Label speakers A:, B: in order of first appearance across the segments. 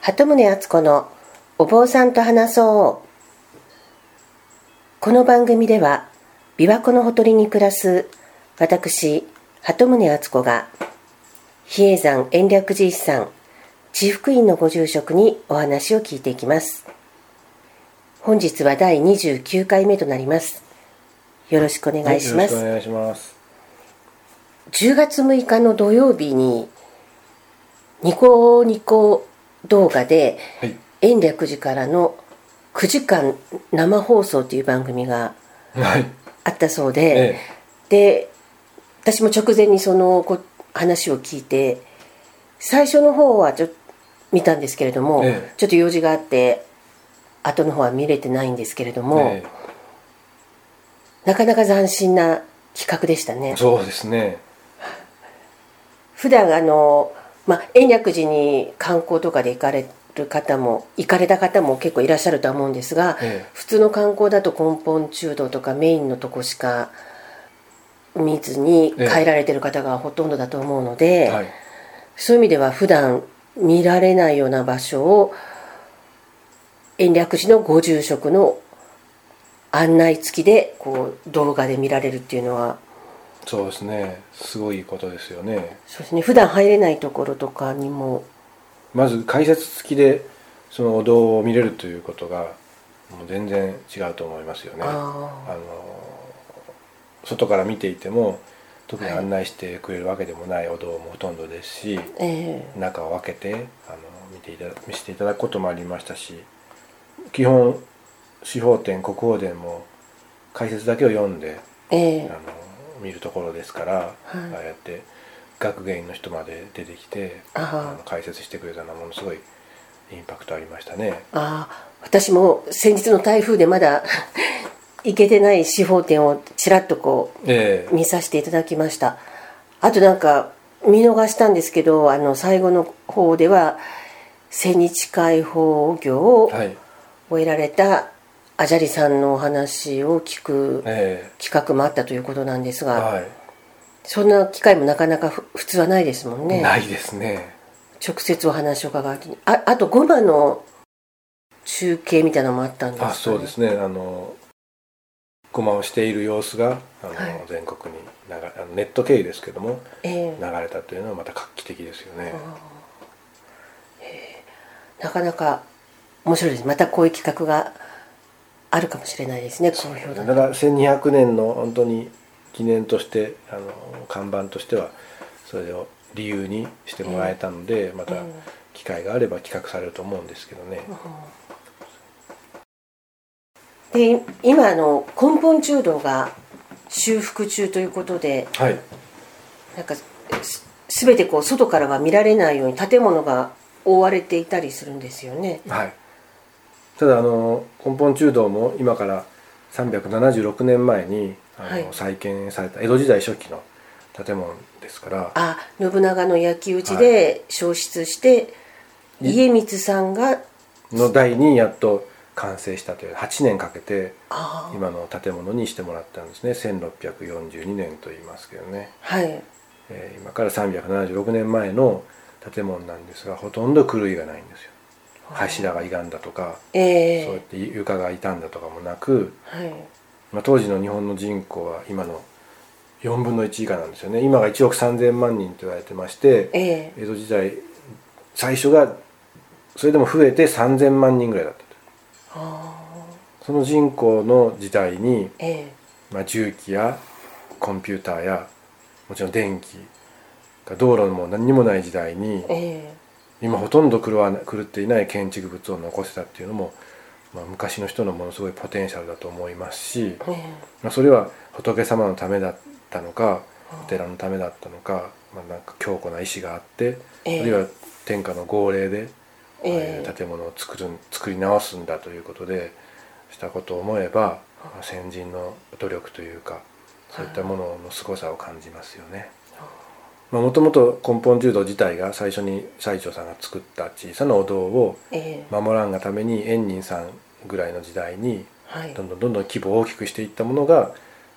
A: 鳩宗敦子のお坊さんと話そうこの番組では琵琶湖のほとりに暮らす私鳩宗敦子が比叡山延暦寺一山地福院のご住職にお話を聞いていきます本日は第29回目となりますよろしくお願いします、
B: はい、よろしくお願いします
A: 10月6日の土曜日にニコニコ動画で
B: はい
A: 延暦寺からの9時間生放送という番組が
B: はい
A: あったそう
B: え
A: で、で私も直前にそのこ話を聞いて最初の方はちょっと見たんですけれども、
B: ええ
A: ちょっと用事があって後の方は見れてないんですけれども、
B: え
A: なかなか斬新な企画でしたね
B: え。そうですね
A: 普段あの、まあ、延暦寺に観光とかで行かれる方も行かれた方も結構いらっしゃるとは思うんですが、
B: ええ
A: 普通の観光だと根本中道とかメインのとこしか見ずに
B: ええ
A: 帰られてる方がほとんどだと思うので、
B: はい
A: そういう意味では普段見られないような場所を延暦寺のご住職の案内付きでこう動画で見られるっていうのは
B: そうですねすごいことですよね
A: そうですね普段入れないところとかにも
B: まず解説付きでそのお堂を見れるということがもう全然違うと思いますよね
A: あ
B: あの外から見ていても特に案内してくれるわけでもないお堂もほとんどですし、
A: ええ
B: 中を開けてあの見ていた見せていただくこともありましたし基本司法典国宝典も解説だけを読んで
A: え
B: あ
A: え
B: の見るところですから、
A: はい
B: ああやって学芸員の人まで出てきて
A: あは
B: の解説してくれたのはものすごいインパクトありましたね。
A: ああ私も先日の台風でまだ 行けてない司法店をちらっとこ
B: え
A: う見させていただきましたあとなんか見逃したんですけどあの最後の方では千日解放業を
B: はい、
A: 終えられたアジャリさんのお話を聞く
B: え
A: 企画もあったということなんです
B: え
A: が、
B: はい
A: そんな機会もなかなかふ普通はないですもんね
B: ないですね。
A: 直接お話を伺うとああとゴマの中継みたいなのもあったんですか、ね、
B: あそうですねあのごまをしている様子があの、
A: はい
B: 全国に流れあのネット経由ですけども
A: ええ
B: 流れたというのはまた画期的ですよね。
A: なかなか面白いですまたこういう企画があるかもしれないですね好評だな
B: だから1200年の本当に記念としてあの看板としてはそれを理由にしてもらえたので、また
A: うん
B: 機会があれば企画されると思うんですけどね、
A: で今あの根本中道が修復中ということで
B: はい
A: なんかす全てこう外からは見られないように建物が覆われていたりするんですよね
B: はいただあの根本中道も今から376年前にあの、
A: はい
B: 再建された江戸時代初期の建物ですから
A: あ信長の焼き討ちで焼失して、
B: い
A: 家光さんが
B: の代にやっと完成したという8年かけて
A: ああ
B: 今の建物にしてもらったんですね1642年と言いますけどね、
A: はい
B: えー今から376年前の建物なんですがほとんど狂いがないんですよ柱が歪んだとか、
A: ええ
B: そうやって床が傷んだとかもなく、
A: はい
B: まあ、当時の日本の人口は今の4分の1以下なんですよね今が1億3000万人と言われてまして
A: ええ
B: 江戸時代最初がそれでも増えて3000万人ぐらいだったと
A: あ
B: その人口の時代に
A: ーえ
B: まあ、重機やコンピューターやもちろん電気が道路も何にもない時代に
A: ええ
B: 今ほとんど狂わな狂っていない建築物を残せたっていうのも、まあ、昔の人のものすごいポテンシャルだと思いますし、
A: ええ
B: まあ、それは仏様のためだったのかお寺のためだったのか,、まあ、なんか強固な意志があって、
A: ええ
B: あるいは天下の号令で、
A: ええ
B: ああいう建物を作るん作り直すんだということでしたことを思えば、まあ先人の努力というかそういったものの凄さを感じますよね。もともと根本柔道自体が最初に最澄さんが作った小さなお堂を
A: ええ
B: 守らんがために円仁さんぐらいの時代に
A: はい
B: どんどんどんどん規模を大きくしていったものが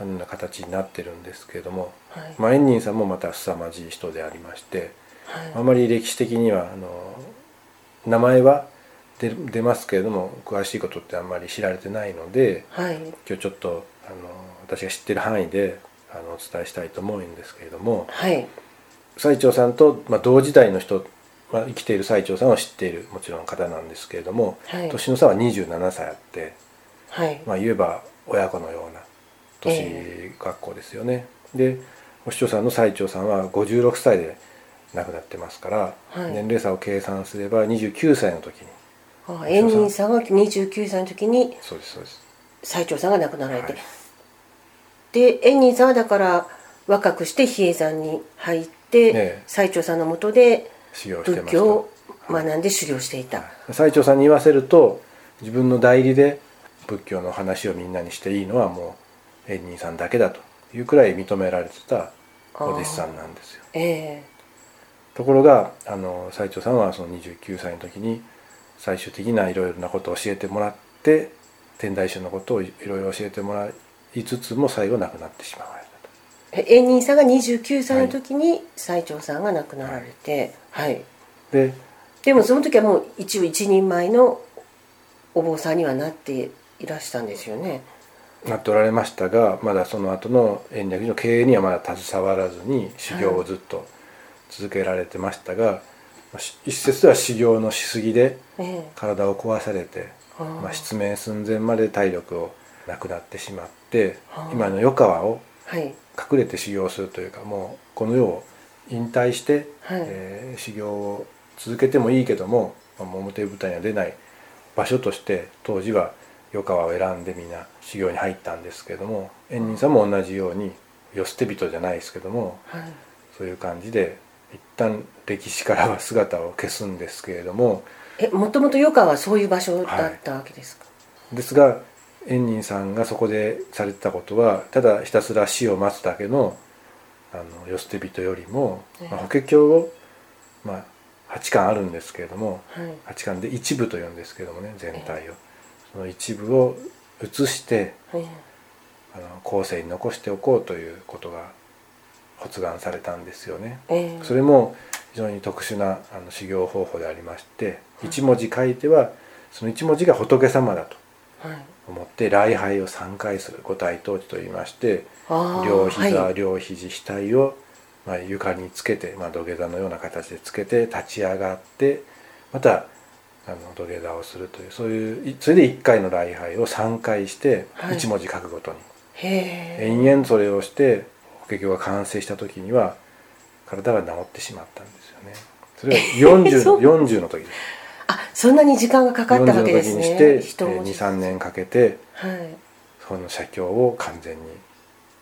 B: あんな形になってるんですけれども、
A: はい
B: まあ、円仁さんもまた凄まじい人でありまして、
A: はい
B: あまり歴史的にはあの名前は出出ますけれども詳しいことってあんまり知られてないので
A: はい
B: 今日ちょっとあの私が知ってる範囲であのお伝えしたいと思うんですけれども
A: はい
B: 最澄さんと、まあ、同時代の人、まあ、生きている最澄さんを知っているもちろん方なんですけれども、
A: はい
B: 年の差は27歳あって、
A: はい
B: まあ、言えば親子のような年学校ですよね。でお師匠さんの最澄さんは56歳で亡くなってますから、
A: はい
B: 年齢差を計算すれば29歳の時に
A: あ円仁さんが29歳の時に
B: そうですそうです
A: 最澄さんが亡くなられて、
B: はい
A: で円仁さんはだから若くして比叡山に入って、
B: え
A: 最澄さんのもとで
B: 修行して
A: 仏
B: ました
A: 教を学んで修行していた、
B: 最澄さんに言わせると自分の代理で仏教の話をみんなにしていいのはもう円仁さんだけだというくらい認められてたお弟子さんなんですよ
A: え
B: ところがあの最澄さんはその29歳の時に最終的ないろいろなことを教えてもらって天台宗のことをいろいろ教えてもらいつつも最後亡くなってしまわれたと
A: え円仁さんが29歳の時に最澄さんが亡くなられてはい、
B: で
A: でもその時はもう一応一人前のお坊さんにはなっていらしたんですよね
B: なっておられましたがまだその後の延暦寺の経営にはまだ携わらずに修行をずっと続けられてましたが、まあし一説では修行のしすぎで
A: え
B: 体を壊されて、
A: あー
B: まあ、失明寸前まで体力をなくなってしまって
A: あー
B: 今の余川を
A: えはい
B: 隠れて修行するというかもうこの世を引退して、
A: はい
B: えー修行を続けてもいいけども、まあ、もう表舞台には出ない場所として当時は余川を選んでみんな修行に入ったんですけども円仁さんも同じように世捨て人じゃないですけども
A: はい
B: そういう感じで一旦歴史からは姿を消すんですけれども
A: えもともと余川はそういう場所だったわけですか、
B: ですが円仁さんがそこでされてたことはただひたすら死を待つだけのあの世捨て人よりも、
A: ええ
B: まあ、法華経を、まあ、8巻あるんですけれども
A: はい
B: 8巻で一部というんですけどもね全体を、その一部を移して
A: はい
B: あの後世に残しておこうということが発願されたんですよね。
A: ええ
B: それも非常に特殊なあの修行方法でありまして一文字書いてはその一文字が仏様だと。
A: はい
B: 思って礼拝を3回する五体投地と言いまして
A: あー
B: 両膝、
A: はい
B: 両肘額を、まあ、床につけて、まあ、土下座のような形でつけて立ち上がってまたあの土下座をするというそういういそれで1回の礼拝を3回して
A: はい
B: 1文字書くごとに、
A: へえ
B: 延々それをして法華経が完成した時には体が治ってしまったんですよね。それは 40,
A: そう
B: の40の時です
A: あそんなに時間がかかったわけですね
B: 40の時にして
A: 一文字
B: 23年かけて
A: はい
B: その写経を完全に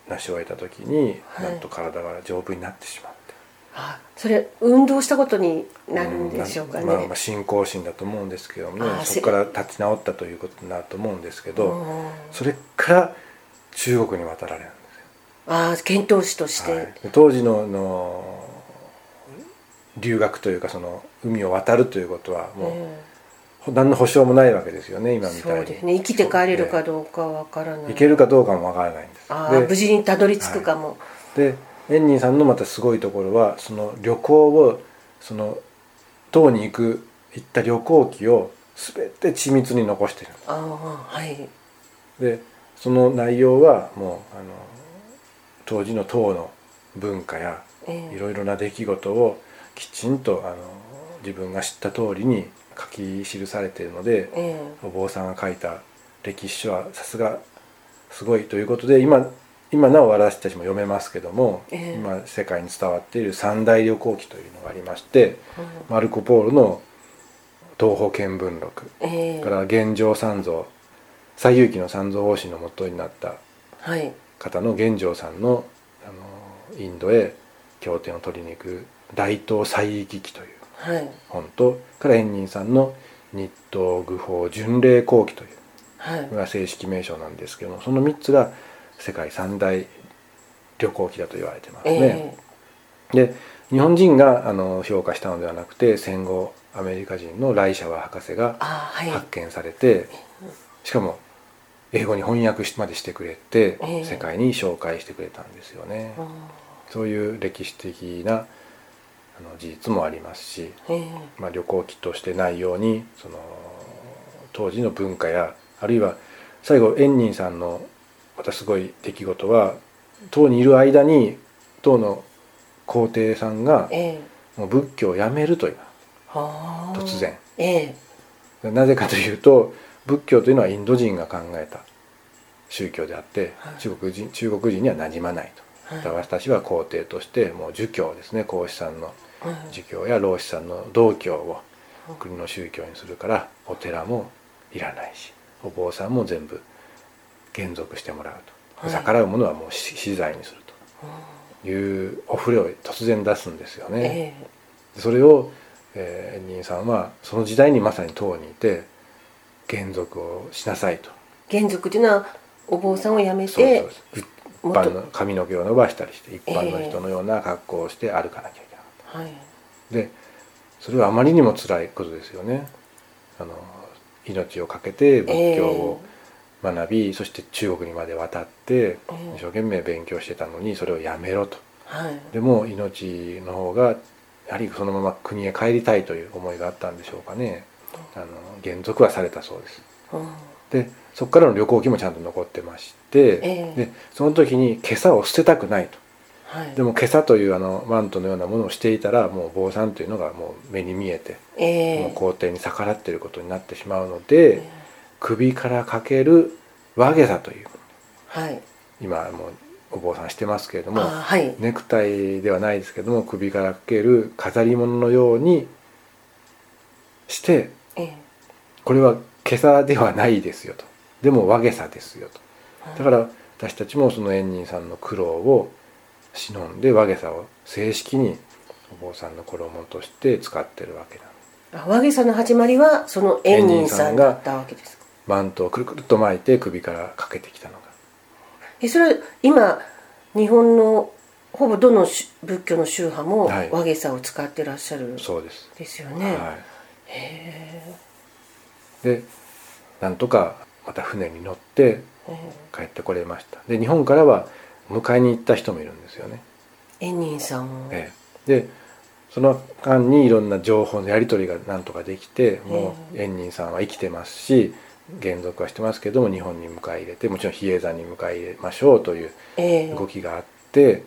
B: 成し終えた時に、
A: はい
B: なんと体が丈夫になってしまって
A: あそれ運動したことになるんでしょうかね、
B: んまあ、まあ信仰心だと思うんですけども
A: あー
B: ねそこから立ち直ったということになると思うんですけど、
A: うん
B: それから中国に渡られるん
A: あー遣唐使とし
B: ですよ、は
A: て
B: いで当時のあの留学というかその海を渡るということはもう、
A: え
B: 何の保証もないわけですよね
A: え
B: 今みたい
A: そう
B: に
A: ですね生きて帰れるか
B: う
A: どうかわからない
B: 行けるかどうかもわからないんです
A: ああ
B: で
A: 無事にたどり着くかも、
B: で円仁さんのまたすごいところはその旅行をその唐に行く行った旅行記を全て緻密に残してる
A: ああはい
B: でその内容はもうあの当時の唐の文化や
A: ええ
B: いろいろな出来事をきちんとあの自分が知った通りに書き記されているので
A: ええ
B: お坊さんが書いた歴史書はさすがすごいということで今今なお私たちも読めますけども、
A: ええ
B: 今世界に伝わっている三大旅行記というのがありまし
A: う
B: て、
A: ん
B: マルコ・ポーロの「東方見聞録」
A: ええ
B: それから玄奘三蔵西遊記の三蔵法師の元になった
A: はい
B: 方の玄奘さんのあのインドへ経典を取りに行く「大東西域記」という
A: はい
B: 本とそれから円仁さんの「日東愚法巡礼後記」という
A: はい
B: これが正式名称なんですけどもその3つが世界三大旅行記だと言われてますね、
A: え
B: で日本人があの評価したのではなくて戦後アメリカ人のライシャワ博士
A: あ
B: が
A: あはい
B: 発見されてしかも英語に翻訳までしてくれて
A: ええ
B: 世界に紹介してくれたんですよね、
A: うん
B: そういう歴史的なあの事実もありますし、
A: ええ
B: まあ、旅行機としてないようにその当時の文化やあるいは最後円仁さんのまたすごい出来事は唐にいる間に唐の皇帝さんが
A: ええ
B: もう仏教をやめるという
A: はあ
B: 突然
A: ええ
B: なぜかというと仏教というのはインド人が考えた宗教であって、
A: はい
B: 中国人中国人にはなじまないと。だから
A: はい
B: 私は皇帝としてもう儒教ですね孔子さんの
A: うん
B: 儒教や老子さんの道教を国の宗教にするからお寺もいらないしお坊さんも全部減俗してもらう
A: は
B: と
A: い
B: 逆らうものはもう死死罪にするというお触れを突然出すんですよね。
A: ええ
B: それをえー円仁さんはその時代にまさに唐にいて減俗をしなさいと
A: 原族というのはお坊さんを辞め
B: そう
A: て
B: そうそう一般の髪の毛を伸ばしたりして一般の人のような格好をして歩かなきゃいけなか
A: は
B: っ
A: い
B: たでそれはあまりにも辛いことですよねあの命を懸けて仏教を学び、そして中国にまで渡って
A: うん
B: 一生懸命勉強してたのにそれをやめろと
A: はい
B: でも命の方がやはりそのまま国へ帰りたいという思いがあったんでしょうかねあの減俗はされたそうです
A: うん
B: でそこからの旅行記もちゃんと残ってまして、
A: ええ
B: でその時に袈裟を捨てたくないと
A: はい
B: でも袈裟というあのマントのようなものをしていたらもう坊さんというのがもう目に見えて、
A: え
B: もう
A: え
B: 皇帝に逆らっていることになってしまうので、
A: え
B: 首からかける和袈裟という
A: はい
B: 今もうお坊さんしてますけれども
A: あはい
B: ネクタイではないですけども首からかける飾り物のようにして
A: ええ
B: これは袈裟ではないですよとでも和袈裟ですよと。だからら私たちもその円仁さんの苦労を忍んで和げさを正式にお坊さんの衣として使ってるわけだ
A: 和毛さんの始まりはその円仁さんだったわけですか
B: マントをくるくるっと巻いて首からかけてきたのが
A: えそれは今日本のほぼどの宗仏教の宗派も
B: はい
A: 和げさを使ってらっしゃる
B: そうです、
A: ですよね、
B: は
A: へ
B: い、でなんとかまた船に乗って
A: ええ
B: 帰ってこれましたで日本からは迎えに行った人もいるんですよね、
A: 円仁さんを、
B: ええでその間にいろんな情報のやり取りがなんとかできてもう円仁さんは生きてますし減俗はしてますけども日本に迎え入れてもちろん比叡山に迎え入れましょうという
A: ええ
B: 動きがあって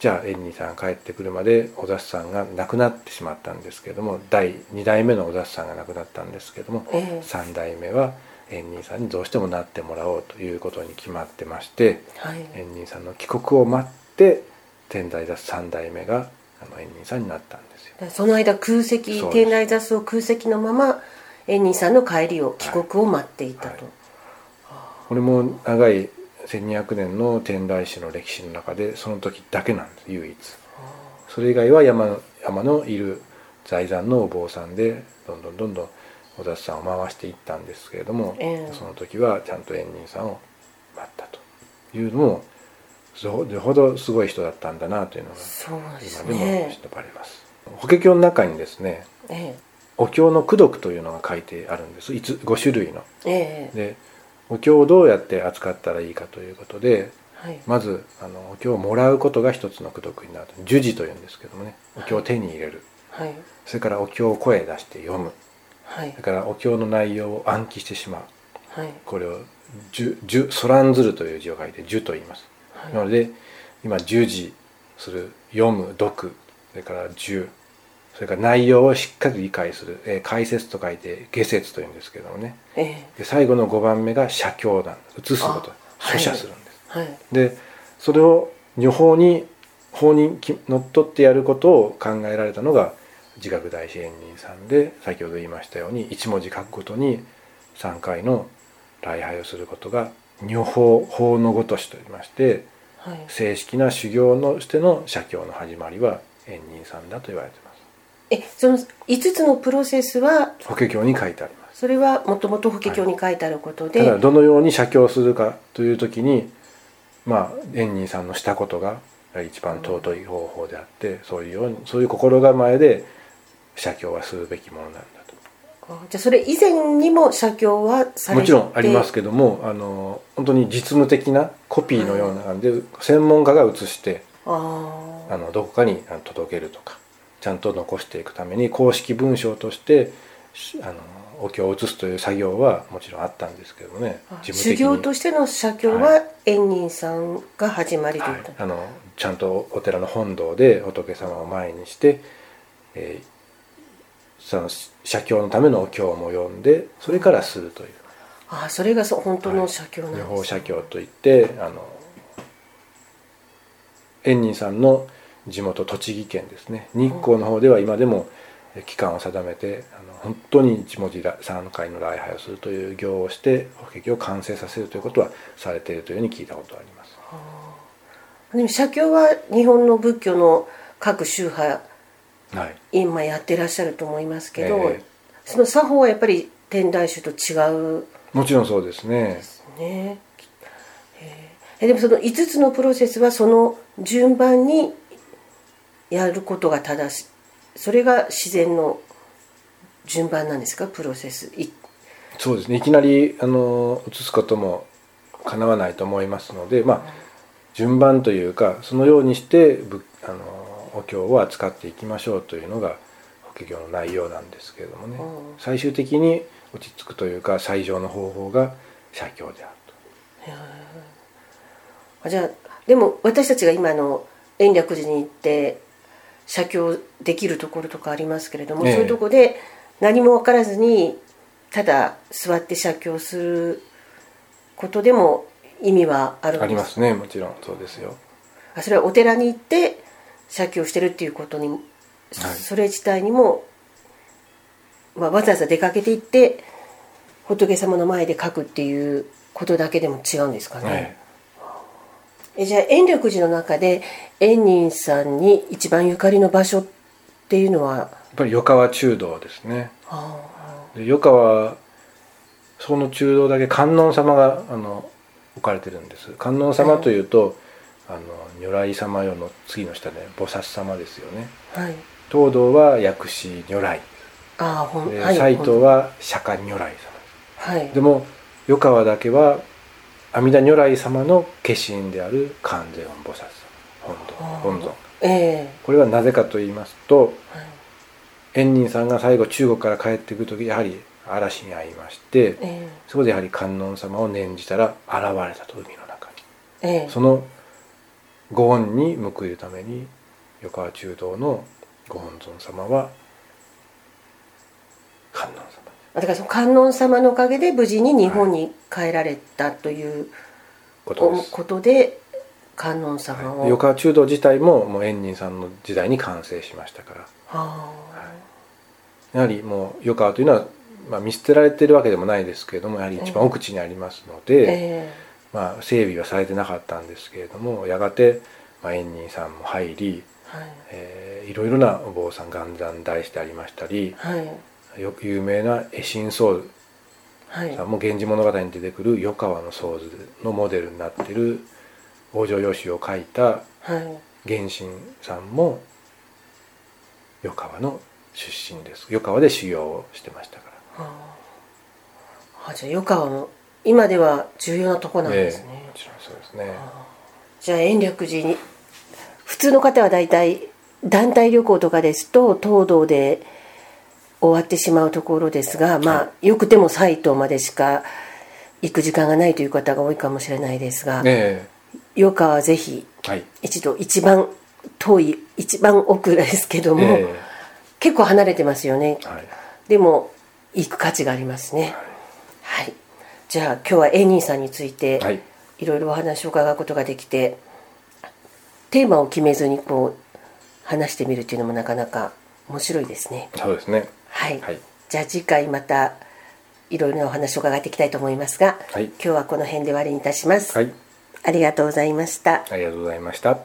B: じゃあ円仁さんが帰ってくるまで小雑さんが亡くなってしまったんですけども第2代目の小雑さんが亡くなったんですけども
A: ええ
B: 3代目は円仁さんにどうしてもなってもらおうということに決まってまして。
A: はい、
B: 円仁さんの帰国を待って天台座三代目があの円仁さんになったんですよ
A: だからその間空席
B: そうです
A: 天台座数を空席のまま円仁さんの帰りを帰国を待っていたと、
B: はいこれも長い1200年の天台宗の歴史の中でその時だけなんです唯一それ以外は山の山のいる財産のお坊さんでどんどんどんどんお雑さんを回していったんですけれども、
A: ええ
B: その時はちゃんと円仁さんを待ったというのもそれほどすごい人だったんだなというのが
A: そうです
B: 今でも
A: ね
B: 忍ばれます。法華経の中にですね
A: え
B: お経の功読というのが書いてあるんですいつ5種類の
A: えええ
B: でお経をどうやって扱ったらいいかということで
A: はい、
B: まずあのお経をもらうことが一つの功読になる呪事というんですけどもねお経を手に入れる
A: はい
B: それからお経を声出して読む
A: はい
B: それからお経の内容を暗記してしまう
A: はい
B: これを「呪呪そらんずる」という字を書いて「呪」と言います
A: はい
B: なので今十字する読む読それから十それから内容をしっかり理解する、えー解説と書いて下説というんですけどもね
A: ええ
B: で最後の5番目が写経なんです写すこと
A: あはい
B: 書写するん
A: は
B: です、
A: い
B: でそれを女法に法にきのっとってやることを考えられたのが自覚大師円人さんで先ほど言いましたように1文字書くごとに3回の礼拝をすることが女法法のごとしと言いまして
A: はい
B: 正式な修行のしての写経の始まりは円仁さんだと言われてます
A: えその5つのプロセスは
B: 法華経に書いてあります
A: それはもともと法華経に書いてあることで、
B: ただどのように写経するかという時にまあ円仁さんのしたことが一番尊い方法であってそういうようにそういう心構えで写経はするべきものなんだ
A: あじゃあそれ以前にも写経はさ
B: と
A: れて
B: もちろんありますけどもあの本当に実務的なコピーのような感じで専門家が写して
A: あ
B: あのどこかにあの届けるとかちゃんと残していくために公式文章としてしあのお経を移すという作業はもちろんあったんですけどもね
A: あ
B: 事務
A: 修
B: 的に
A: 行としての写経
B: は
A: は円仁さんが始まりと
B: は
A: いうこ
B: い
A: と、、
B: あのちゃんとお寺の本堂で仏様を前にして、えーその写経のためのお経も読んでそれからするという
A: あそれがそう本当の写経なんです、
B: 女
A: ね
B: 法写経といってあの円仁さんの地元栃木県ですね日光の方では今でもえー期間を定めてあの本当に一文字ら3回の礼拝をするという行をして法華経を完成させるということはされているというふうに聞いたことがあります。
A: でも写経は日本の仏教の各宗派
B: はい
A: 今やってらっしゃると思いますけど、
B: ええ
A: その作法はやっぱり天台宗と違う
B: もちろんそうですね。
A: ねえーえでもその5つのプロセスはその順番にやることが正しいそれが自然の順番なんですかプロセスい
B: そうですねいきなりあの移すこともかなわないと思いますので、まあ、順番というかそのようにしてぶあのお経を扱っていきましょうというのが法華経の内容なんですけれどもね、
A: うん
B: 最終的に落ち着くというか最上の方法が写経であると。
A: あじゃあでも私たちが今あの延暦寺に行って写経できるところとかありますけれども、
B: ええ
A: そういうとこで何も分からずにただ座って写経することでも意味はあるんですか
B: ありますねもちろんそうですよ。
A: あそれはお寺に行って写経をしてるっていうことに、それ自体にも、まあ、わざわざ出かけて行って仏様の前で書くっていうことだけでも違うんですかね
B: え、
A: えじゃあ延暦寺の中で円仁さんに一番ゆかりの場所っていうのは
B: えやっぱり余川中道ですね。
A: あ
B: で余川その中道だけ観音様があの置かれてるんです観音様というと、あの如来様よの次の下で、菩薩様ですよね
A: ーはい
B: 東堂は薬師如来
A: あーほん
B: で
A: はい
B: 斎藤は釈迦如来
A: はい
B: 様でも余川だけは阿弥陀如来様の化身である観世音菩薩様
A: あー
B: 本尊本尊
A: え
B: これはなぜかと言いますと
A: えはい
B: 円仁さんが最後中国から帰ってくる時やはり嵐に遭いまして、
A: え
B: そこでやはり観音様を念じたら現れたと海の中
A: えええ
B: にそのご恩に報いるために横川中道のご本尊様は観音様
A: だからその観音様のおかげで無事に日本に帰られたという
B: ことです
A: ことで観音様を、
B: はい横川中道自体ももう円仁さんの時代に完成しましたから
A: あ
B: やはりもう横川というのは、まあ、見捨てられてるわけでもないですけれどもやはり一番奥地にありますの
A: ー
B: で、
A: え
B: まあ、整備はされてなかったんですけれどもやがて、まあ、円仁さんも入り
A: え
B: えーいろいろなお坊さん元山大師でありましたり
A: はいはい
B: よく有名な絵心僧
A: はい
B: さんも「源氏物語」に出てくる与川の僧図のモデルになっている北条義を描いた
A: はい
B: 源信さんも与川の出身です与川で修行をしてましたか
A: あーあじゃあ余川の今では重要なとこ
B: ら
A: なんですね
B: ええ、もちろんそうですね
A: じゃあ延暦寺に普通の方は大体団体旅行とかですと東堂で終わってしまうところですがまあ、よくても斎藤までしか行く時間がないという方が多いかもしれないですが、
B: え
A: 余川はぜひ
B: えはい
A: 一度一番遠い一番奥ですけども、
B: え
A: 結構離れてますよね
B: えはい
A: でも行く価値がありますねはい、じゃあ今日はエニーさんについて、
B: はいい、
A: ろいろお話を伺うことができてテーマを決めずにこう話してみるっていうのもなかなか面白いですね
B: そうですね
A: はい、
B: はい
A: じゃあ次回またいろいろなお話を伺っていきたいと思いますが、
B: はい
A: 今日はこの辺で終わりにいたします、
B: はい
A: ありがとうございました
B: ありがとうございました